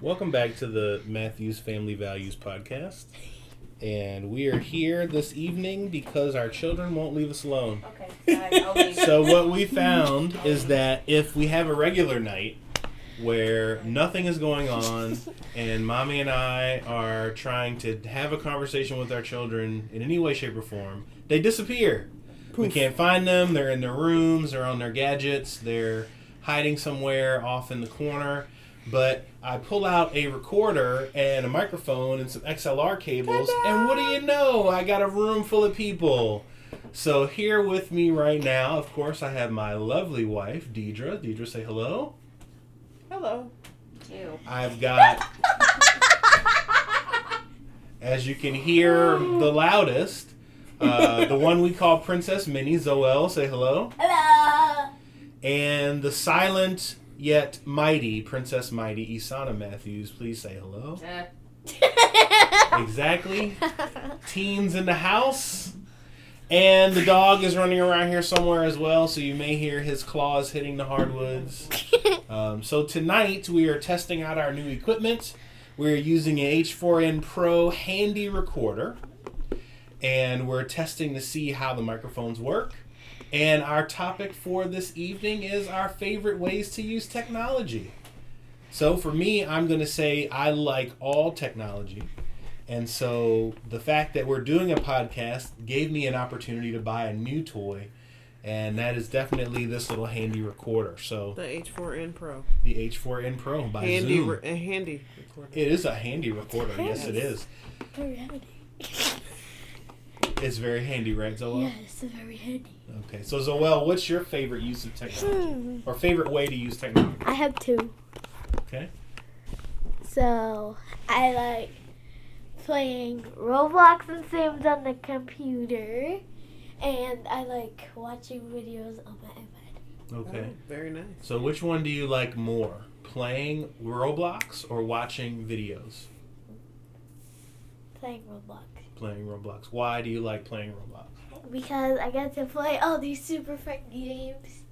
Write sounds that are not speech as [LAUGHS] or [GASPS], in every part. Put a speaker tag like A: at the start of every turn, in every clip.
A: Welcome back to the Matthews Family Values Podcast. And we are here this evening because our children won't leave us alone.
B: Okay, guys, I'll leave.
A: So, what we found is that if we have a regular night where nothing is going on and mommy and I are trying to have a conversation with our children in any way, shape, or form, they disappear. We can't find them. They're in their rooms, they're on their gadgets, they're hiding somewhere off in the corner. But I pull out a recorder and a microphone and some XLR cables, and what do you know? I got a room full of people. So here with me right now, of course, I have my lovely wife, Deidre. Deidre, say hello.
C: Hello.
B: Ew.
A: I've got, as you can hear, the loudest, uh, the one we call Princess Minnie, Zoel, say hello.
B: Hello.
A: And the silent yet mighty Princess Mighty, Isana Matthews, please say hello.
D: [LAUGHS]
B: Uh,
A: Exactly. Teens in the house. And the dog is running around here somewhere as well, so you may hear his claws hitting the hardwoods. Um, so tonight we are testing out our new equipment. We're using an H4n Pro handy recorder, and we're testing to see how the microphones work. And our topic for this evening is our favorite ways to use technology. So for me, I'm going to say I like all technology. And so the fact that we're doing a podcast gave me an opportunity to buy a new toy, and that is definitely this little handy recorder. So
C: The H4n Pro.
A: the H4n Pro by
C: handy,
A: Zoom.
C: re- a handy recorder.
A: it is a handy recorder. Yes, it is.
D: Very handy.
A: It's very handy, right, Zoel?
D: Yeah, it's very handy.
A: Okay, so Zoel, what's your favorite use of technology
D: Hmm.
A: or favorite way to use technology?
D: I have two.
A: Okay.
D: So I like playing Roblox and Sims on the computer, and I like watching videos on my iPad.
A: Okay.
C: Oh, very nice.
A: So which one do you like more, playing Roblox or watching videos?
D: Playing Roblox
A: Playing Roblox. Why do you like playing Roblox?
D: because I get to play all these super fun games,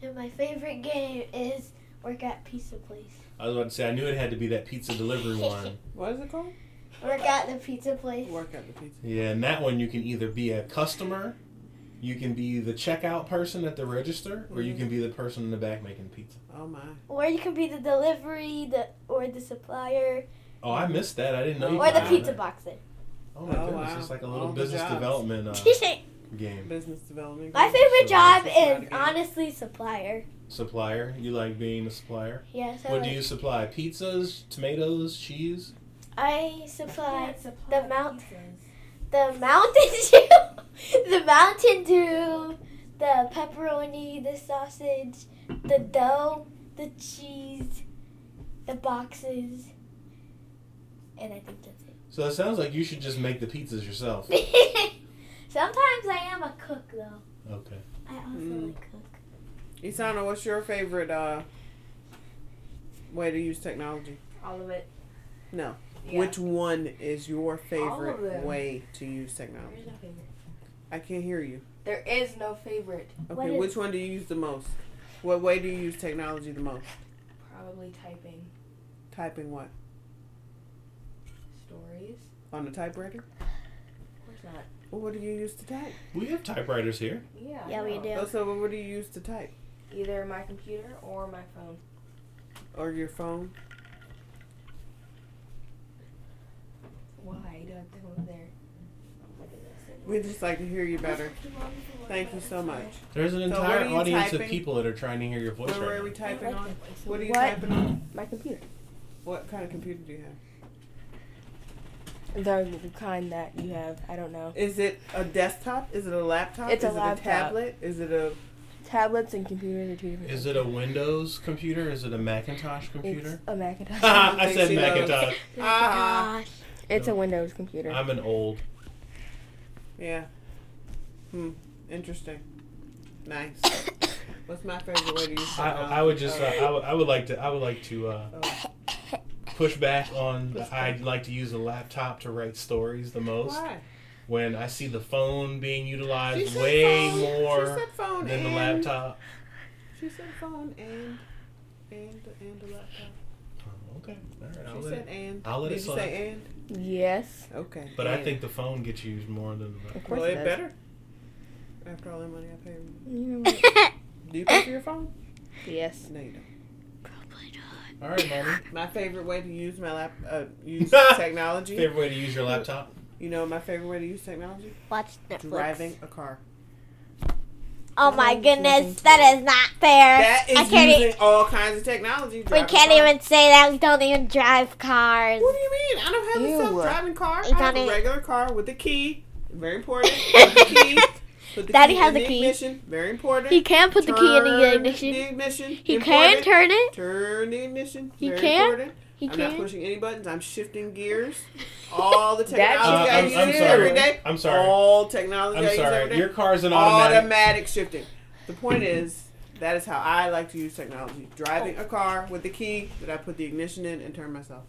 D: and my favorite game is Work at Pizza Place.
A: I was about to say I knew it had to be that pizza delivery one.
C: What is it called?
D: Work at the pizza place.
C: Work at the pizza.
A: Yeah, and that one you can either be a customer, you can be the checkout person at the register, or you can be the person in the back making pizza.
C: Oh my.
D: Or you can be the delivery, the or the supplier,
A: Oh, I missed that. I didn't know. you
D: or the
A: could do
D: pizza
A: that.
D: boxer.
A: Oh my
C: Oh,
A: goodness,
C: wow.
A: it's like a little
C: All the
A: business
C: jobs.
A: development uh, game.
C: Business
D: [LAUGHS]
C: development.
D: My
A: So
D: favorite job
C: it's not a
D: is
C: game.
D: honestly supplier.
A: Supplier, you like being a supplier?
D: Yes, I,
A: What do
D: like-
A: you supply? Pizzas, tomatoes, cheese.
D: I supply the mount,
B: pizzas.
D: the Mountain [LAUGHS] Dew, the Mountain Dew, the pepperoni, the sausage, the dough, the cheese, the boxes, and I think that's
A: So it sounds like you should just make the pizzas
D: [LAUGHS]
A: yourself.
D: it. Sometimes I am a cook though.
A: Okay.
D: I also
C: Mm.
D: like cook.
C: Isana, what's your favorite uh, way to use technology?
B: All of it.
C: No.
B: Yeah.
C: Which one is your
B: All of
C: favorite
B: them.
C: way to use
B: There's
C: technology?
B: no favorite.
C: I can't hear you.
B: There is no favorite.
C: Okay,
D: What is-
C: which one do you use the most? What way do you use technology the most?
B: Probably typing
C: Typing what?
B: stories.
C: On the typewriter?
B: Of course not.
C: Well, what do you use to type?
A: We have typewriters here.
B: Yeah. I
D: Yeah, we
B: know.
D: do.
C: Oh, so what do you use to type?
B: Either my computer or my phone.
C: Or your phone?
B: Why do I have to go there? Look at this.
C: We'd just like to hear you better. Thank you so much.
A: There's an
C: So what
A: entire
C: are you
A: audience of
C: typing?
A: people that are trying to hear your voice
C: Where were
A: right
C: we
A: now.
C: typing on? What are you
B: What?
C: typing on?
B: My computer.
C: What kind of computer do you have?
E: The kind that you have, I don't know.
C: Is it a desktop? Is it a laptop?
E: It's a
C: Is it a
E: laptop.
C: tablet? Is it a
E: Tablets and computers are two different
A: Is it a Windows computer? Is it a Macintosh
E: things.
A: computer?
D: [LAUGHS]
A: [LAUGHS]
E: It's a Macintosh.
A: I said
C: She knows.
A: Macintosh.
D: Oh,
C: ah?
D: Gosh.
E: it's a Windows computer.
A: I'm an old.
C: Yeah. Hmm. Interesting. Nice.
E: [COUGHS]
C: What's my favorite way to use
A: I,
C: technology?
A: I would just uh,
C: Oh,
A: I, would, I would like to I would like to uh,
C: oh.
A: push back on the, I'd like to use a laptop to write stories the most
C: Why?
A: when I see the phone being
C: She
A: utilized
C: said
A: way
C: phone. She
A: more
C: said phone
A: than
C: and
A: the laptop.
C: She said phone and and and the laptop.
A: Oh, Okay. All right. I'll
C: She
A: let
C: said
A: it.
C: and.
A: I'll let
C: Did
A: it
C: you
A: slide.
C: say and?
E: Yes.
C: Okay.
A: But I
C: and.
A: think the phone gets used more than the.
E: Of course
C: Well,
E: it
C: it
E: does.
C: better. After all that money I pay her.
E: You know what?
C: Do you pay for your phone?
E: yes.
C: No, you don't.
D: Probably
A: All right,
C: [LAUGHS]
A: mommy.
C: My favorite way to use my lap, uh, use technology.
A: Favorite way to use your laptop?
C: You know my favorite way to use technology?
D: [LAUGHS] Watch Netflix.
C: Driving a car.
D: Oh my
E: Driving.
D: goodness, that is not fair.
C: That
D: I
C: is
D: can't
C: using
D: even,
C: all kinds of technology.
D: we
C: Drive a
D: can't
C: car.
D: even say that. We don't even drive cars.
C: What do you mean? I don't have a
E: Ew.
C: self-driving car.
D: It's
C: I have
D: on
C: a
D: it. e-
C: regular car with a key.
D: [LAUGHS]
C: Very important. Put the key. Put the
D: Daddy
C: key
D: has
C: in
D: the
C: the
D: key.
C: ignition. Very important.
D: He can put the key in the
C: Turn
D: ignition.
C: The ignition.
D: He can
C: important.
D: turn it.
C: Turn the ignition.
D: He
C: Very
D: can.
C: Important.
D: He
C: I'm
D: [LAUGHS]
C: not
D: can.
C: pushing any buttons. I'm shifting gears. All
E: [LAUGHS]
C: the
E: That's
C: technology
E: Uh,
C: I
E: I'm-
C: use
E: I'm sorry.
C: every day.
A: I'm sorry.
C: All technology I
A: I'm
C: Oh, use every
A: sorry.
C: day.
A: Your car's an
C: automatic.
A: automatic.
C: shifting. The point is, that is how I like to use technology. Driving a car with the key that I put the ignition in and turn myself.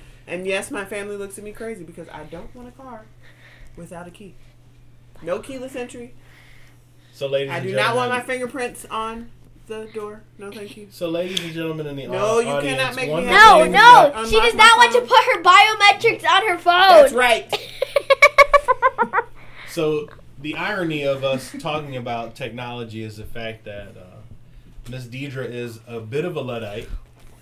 C: [LAUGHS] and yes, my family looks at me crazy because I don't want a car without a key. No keyless entry.
A: So, ladies
C: I
A: and
C: do
A: gentlemen.
C: not want my fingerprints on the door. No, thank you.
A: So, ladies and gentlemen in the au-
C: No, you
A: audience,
C: cannot make me
A: one
C: have
D: No,
A: thing-
D: no, she
C: Unlock
D: does
C: my
D: not want to
C: phone.
D: put her biometrics on her
C: That's
D: phone.
C: right.
A: So the irony of us talking about technology is the fact that uh, Miss Deidre is a bit of a luddite.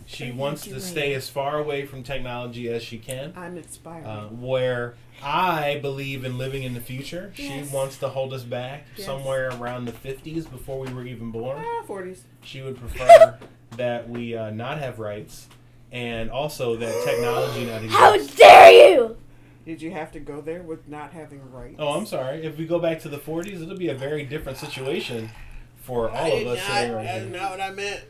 A: She wants to stay as far away from technology as she can.
C: I'm inspired.
A: Uh, where I believe in living in the future,
C: Yes.
A: she wants to hold us back
C: Yes.
A: somewhere around the 50s before we were even born.
C: ah, 40s.
A: She would
C: [LAUGHS]
A: prefer that we uh, not have rights and also that
C: [GASPS]
A: technology not
D: [LAUGHS] How
A: exist.
D: dare you?
C: Did you have to go there with not having rights?
A: Oh, I'm sorry. If we go back to the 40s, it'll be a very different situation for all of us sitting right
C: That's
A: here.
C: not what I meant.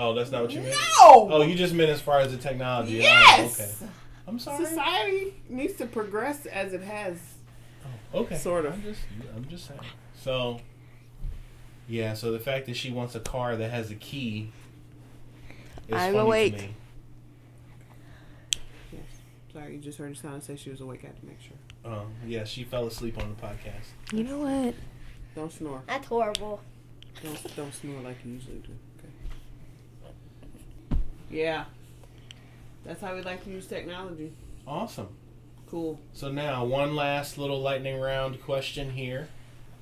A: Oh, that's not what you meant.
C: No.
A: Oh, you just meant as far as the technology. Oh,
C: yes.
A: okay. I'm sorry.
C: Society needs to progress as it has.
A: Okay.
C: Sort of.
A: I'm just, I'm just saying. So, yeah. So the fact that she wants a car that has a key. Is funny
E: I'm
A: to
E: awake.
A: me.
C: Sorry, you just heard Sana say she was awake. I had to make sure.
A: Um, yeah, she fell asleep on the podcast.
E: You know what?
C: Don't snore.
D: That's horrible.
C: Don't don't snore like you usually do. Okay. Yeah. That's how we like to use technology.
A: Awesome.
C: Cool.
A: So now one last little lightning round question here.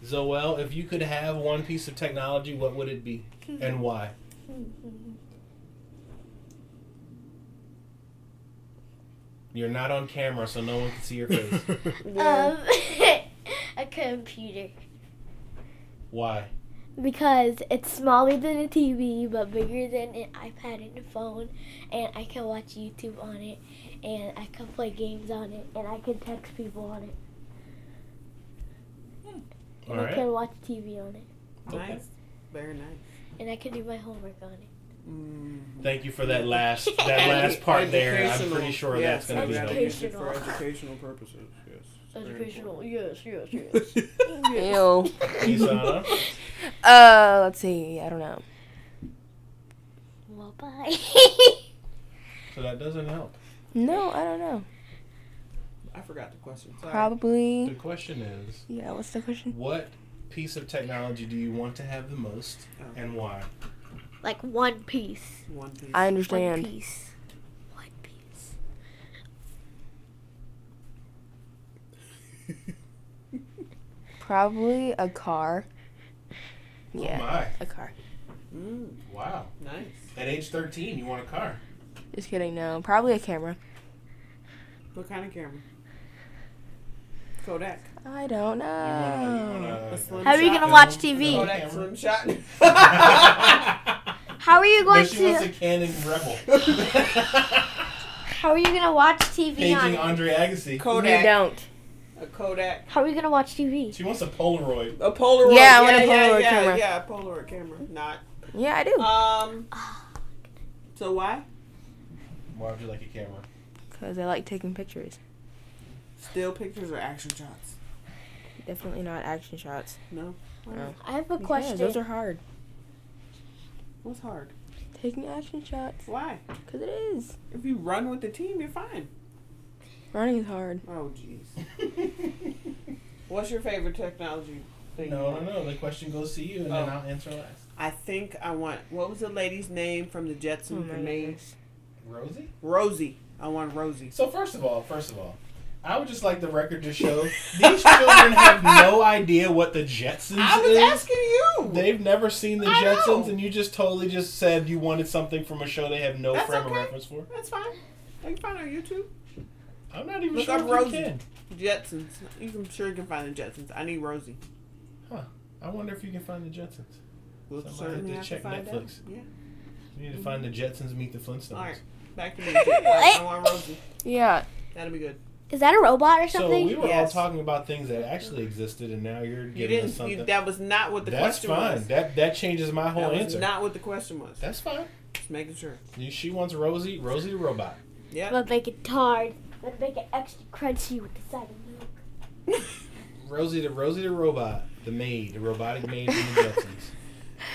A: Zoel, if you could have one piece of technology, what would it
C: [LAUGHS]
A: be and why? You're not on camera, so no one can see your face.
D: [LAUGHS]
C: [LAUGHS]
D: Um, [LAUGHS] a computer.
A: Why?
D: Because it's smaller than a TV, but bigger than an iPad and a phone, and I can watch YouTube on it, and I can play games on it, and I can text people on it,
A: All
D: and I
A: right.
D: can watch TV on it,
A: Okay.
C: Nice. Very nice.
D: and I can do my homework on it.
C: Mm.
A: Thank you for that last that
C: [LAUGHS]
D: Edu-
A: last part there. I'm
C: Educational.
A: pretty sure
C: Yes,
A: that's going to
C: we
A: be
C: gotta
A: helpful.
C: use it For
D: Educational.
C: educational purposes, yes. It's very
D: Educational,
C: important.
D: yes, yes, yes.
E: Ew.
A: Isana?
E: Um, Uh, let's see. I don't know.
D: Well, bye. [LAUGHS]
A: So that doesn't help.
E: No, I don't know.
C: I forgot the question. Sorry.
A: The
E: Probably.
A: question is,
E: Yeah. What's the question?
A: what piece of technology do you want to have the most
C: Oh,
A: and why?
D: like One Piece.
C: one piece.
E: I
D: One
E: understand.
D: Piece. One Piece.
E: Probably a car.
A: Oh
E: Yeah.
A: my.
E: A car.
C: Mm,
A: Wow.
C: nice.
A: At age 13, you want a car.
E: Just kidding. No. Probably a camera.
C: What kind of camera? Kodak.
E: I don't know.
A: You want a- you want a-
C: A slim
D: Oh. How are you
C: shot.
D: gonna watch
A: No.
D: TV?
C: Kodak
A: Camera.
C: Slim Shot.
A: [LAUGHS]
D: How are you
A: No,
D: going
A: she was a
D: to?
A: Canon
D: [LAUGHS]
A: rebel. [LAUGHS]
D: How are you gonna watch TV on?
A: Paging
D: it?
A: Andre Agassi.
E: You
C: Kodak.
E: don't.
C: A Kodak.
D: How are you gonna watch TV?
A: She wants a Polaroid.
C: A Polaroid.
E: Yeah, I want
C: yeah,
E: a Polaroid
C: yeah,
E: camera.
C: Yeah, a Polaroid camera. Not.
E: Yeah, I do.
C: Um.
E: Ah,
C: So why?
A: Why would you like a
C: [LAUGHS]
A: camera?
E: Cause I like taking pictures.
C: Still pictures or action shots?
E: Definitely not action shots.
C: No.
E: No.
D: I have a
E: Yeah,
D: question.
E: Oh. those are hard.
C: What's hard?
E: Taking action shots.
C: Why?
E: Cause it is.
C: If you run with the team, you're fine.
E: Running is hard.
C: Oh, jeez. What's your favorite technology thing? Oh.
A: no, no, no. The question goes to you, and then I'll answer last.
C: I think I want what was the lady's name from the
E: Oh
C: Jetsons?
E: my
C: the main
E: goodness.
A: Rosie?
C: Rosie. I want Rosie.
A: So first of all, first of all, I would just like the record to
C: [LAUGHS]
A: show these children have no idea what the Jetsons
C: I was
A: is.
C: asking you.
A: They've never seen the
C: I
A: Jetsons,
C: know.
A: and you just totally just said you wanted something from a show they have no
C: That's
A: frame of
C: okay.
A: reference for.
C: That's fine. They can find it on YouTube.
A: I'm not even
C: Look
A: sure
C: up
A: if
C: Rosie.
A: you can.
C: Jetsons. You can sure you can find the Jetsons. I need Rosie.
A: I wonder if you can find the Jetsons.
C: We'll
A: Somebody
C: certainly
A: had
C: have
A: to
C: to
A: check
C: find
A: Netflix.
C: out. Yeah.
A: You need to find the Jetsons meet the Flintstones.
C: All right. Back to me. I want Rosie.
E: Yeah.
C: That'll be good.
D: Is that a robot or
A: So
D: something?
A: we were
C: Yes.
A: all talking about things that actually existed, and now you're
C: You
A: giving us
C: didn't.
A: something.
C: You, that was not what the
A: That's
C: question
A: fine.
C: was.
A: That that changes my whole
C: That was
A: answer.
C: not what the question was.
A: That's fine.
C: Just making sure.
A: You- She wants Rosie. Rosie the robot.
C: Yeah.
D: But make it hard. But make it extra crunchy with the side of milk.
C: [LAUGHS]
A: Rosie the Rosie the robot. The maid. The robotic maid from
C: [LAUGHS]
A: the Jetsons.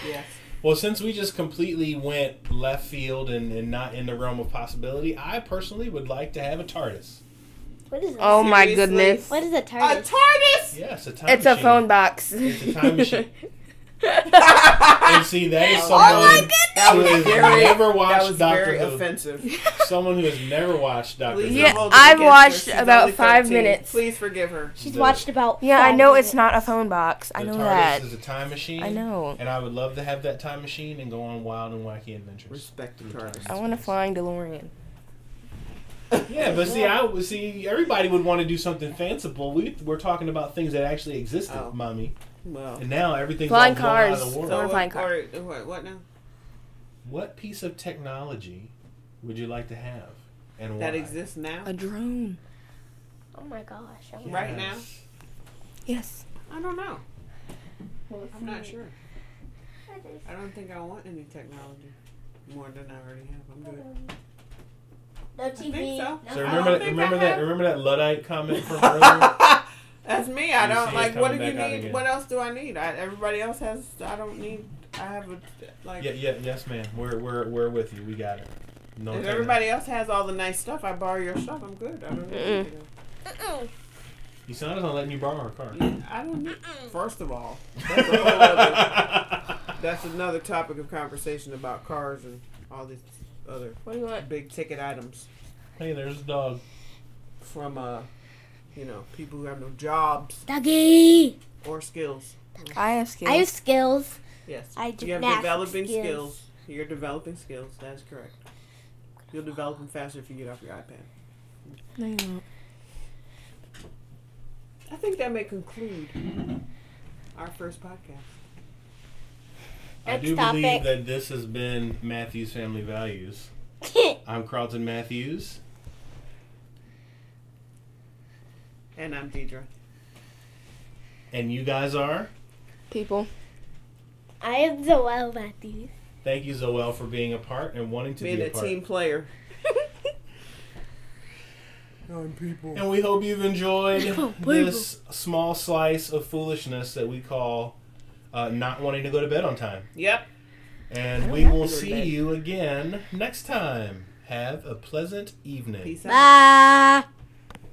C: yes.
A: Well, since we just completely went left field and, and not in the realm of possibility, I personally would like to have a TARDIS.
D: What is this?
E: Oh my
C: Seriously?
E: goodness.
D: What is a
C: A
D: TARDIS?
C: TARDIS.
A: Yes, a time
E: It's a
A: machine.
E: phone box.
A: It's a time
E: [LAUGHS]
A: machine. And
C: that
A: see, that is
C: [LAUGHS] Oh
A: someone
C: my
A: who has
C: was
E: [LAUGHS]
C: very.
A: never
C: That
A: watched
C: was
A: Doctor
C: very
A: Who.
C: offensive.
A: Someone who has never watched Doctor
C: Please
A: Who.
E: Yeah,
C: don't hold it
E: I've
C: against her.
E: watched
C: She's
E: about
C: only
E: five
C: 13.
E: minutes.
C: Please forgive
E: [LAUGHS]
C: her.
D: She's
A: The-
D: watched about.
E: yeah, I
D: five
E: know
D: minutes.
E: it's not a phone box. I
A: the
E: know
A: TARDIS
E: that.
A: is a time machine.
E: I know.
A: And I would love to have that time machine and go on wild and wacky adventures.
C: Respect the TARDIS.
E: I want a flying DeLorean.
A: Yeah, but see, I would see everybody would want to do something fanciful. We we're talking about things that actually existed,
C: Oh.
A: mommy,
C: Well.
A: and now everything's
E: Flying
A: all blown out of
E: cars.
A: the world.
E: I want a
C: So
E: flying
C: what,
E: car.
C: or, what, what now?
A: What piece of technology would you like to have, and why?
C: That exists now.
E: A drone.
D: Oh my gosh. I want-
A: Yes.
C: right now?
E: Yes.
C: I don't know.
D: Well,
C: I'm not sure. I don't think I want any technology more than I already have. I'm good.
D: No TV.
C: think
D: no
C: so.
A: So
C: I
A: remember
C: don't
A: that.
C: think
A: Remember
C: I
A: that.
C: have.
A: Remember that luddite [LAUGHS] comment
C: [LAUGHS]
A: from earlier.
C: That's me. I
A: You
C: don't
A: see it
C: like. What
A: coming
C: do you
A: back out
C: need?
A: again.
C: What else do I need? I, everybody else has. I don't need. I have a like.
A: yeah, yeah, yes, ma'am. We're we're we're with you. We got it. No,
C: If
A: techno-
C: everybody else has all the nice stuff, I borrow your stuff. I'm good. I don't need.
E: Mm-mm.
C: anything else.
A: You sound like I'm letting you borrow her car.
C: Yeah, I don't need. First of all, that's, a whole other, that's another topic of conversation about cars and all these other
E: What do you want?
C: big ticket items
A: [LAUGHS] hey, there's a dog.
C: from uh, you know, people who have no jobs
D: Doggy.
C: or skills.
E: I have skills.
D: I have skills.
C: Yes.
D: I
C: You have
D: gymnastics
C: developing skills.
D: skills.
C: You're developing skills. That is correct. You'll develop them faster if you get off your iPad.
E: no, you don't.
C: I think that may conclude our first podcast.
A: I do
D: Next
A: believe
D: topic.
A: that this has been Matthew's Family Values. I'm Carlton Matthews.
C: And I'm Deidre.
A: And you guys are?
E: [LAUGHS] People.
D: [LAUGHS] I am Zoel Matthews.
A: Thank you, Zoel, for being a part and wanting to
C: Being
A: be
C: a
A: a, part.
C: team player. I'm people.
A: And we hope you've enjoyed
D: wait.
A: this small slice of foolishness that we call uh, not wanting to go to bed on time.
C: Yep.
E: I
A: And
E: don't
A: we
E: have
A: will
E: to go to
A: see
E: bed.
A: you again next time. Have a pleasant evening.
C: Peace out.
D: Bye.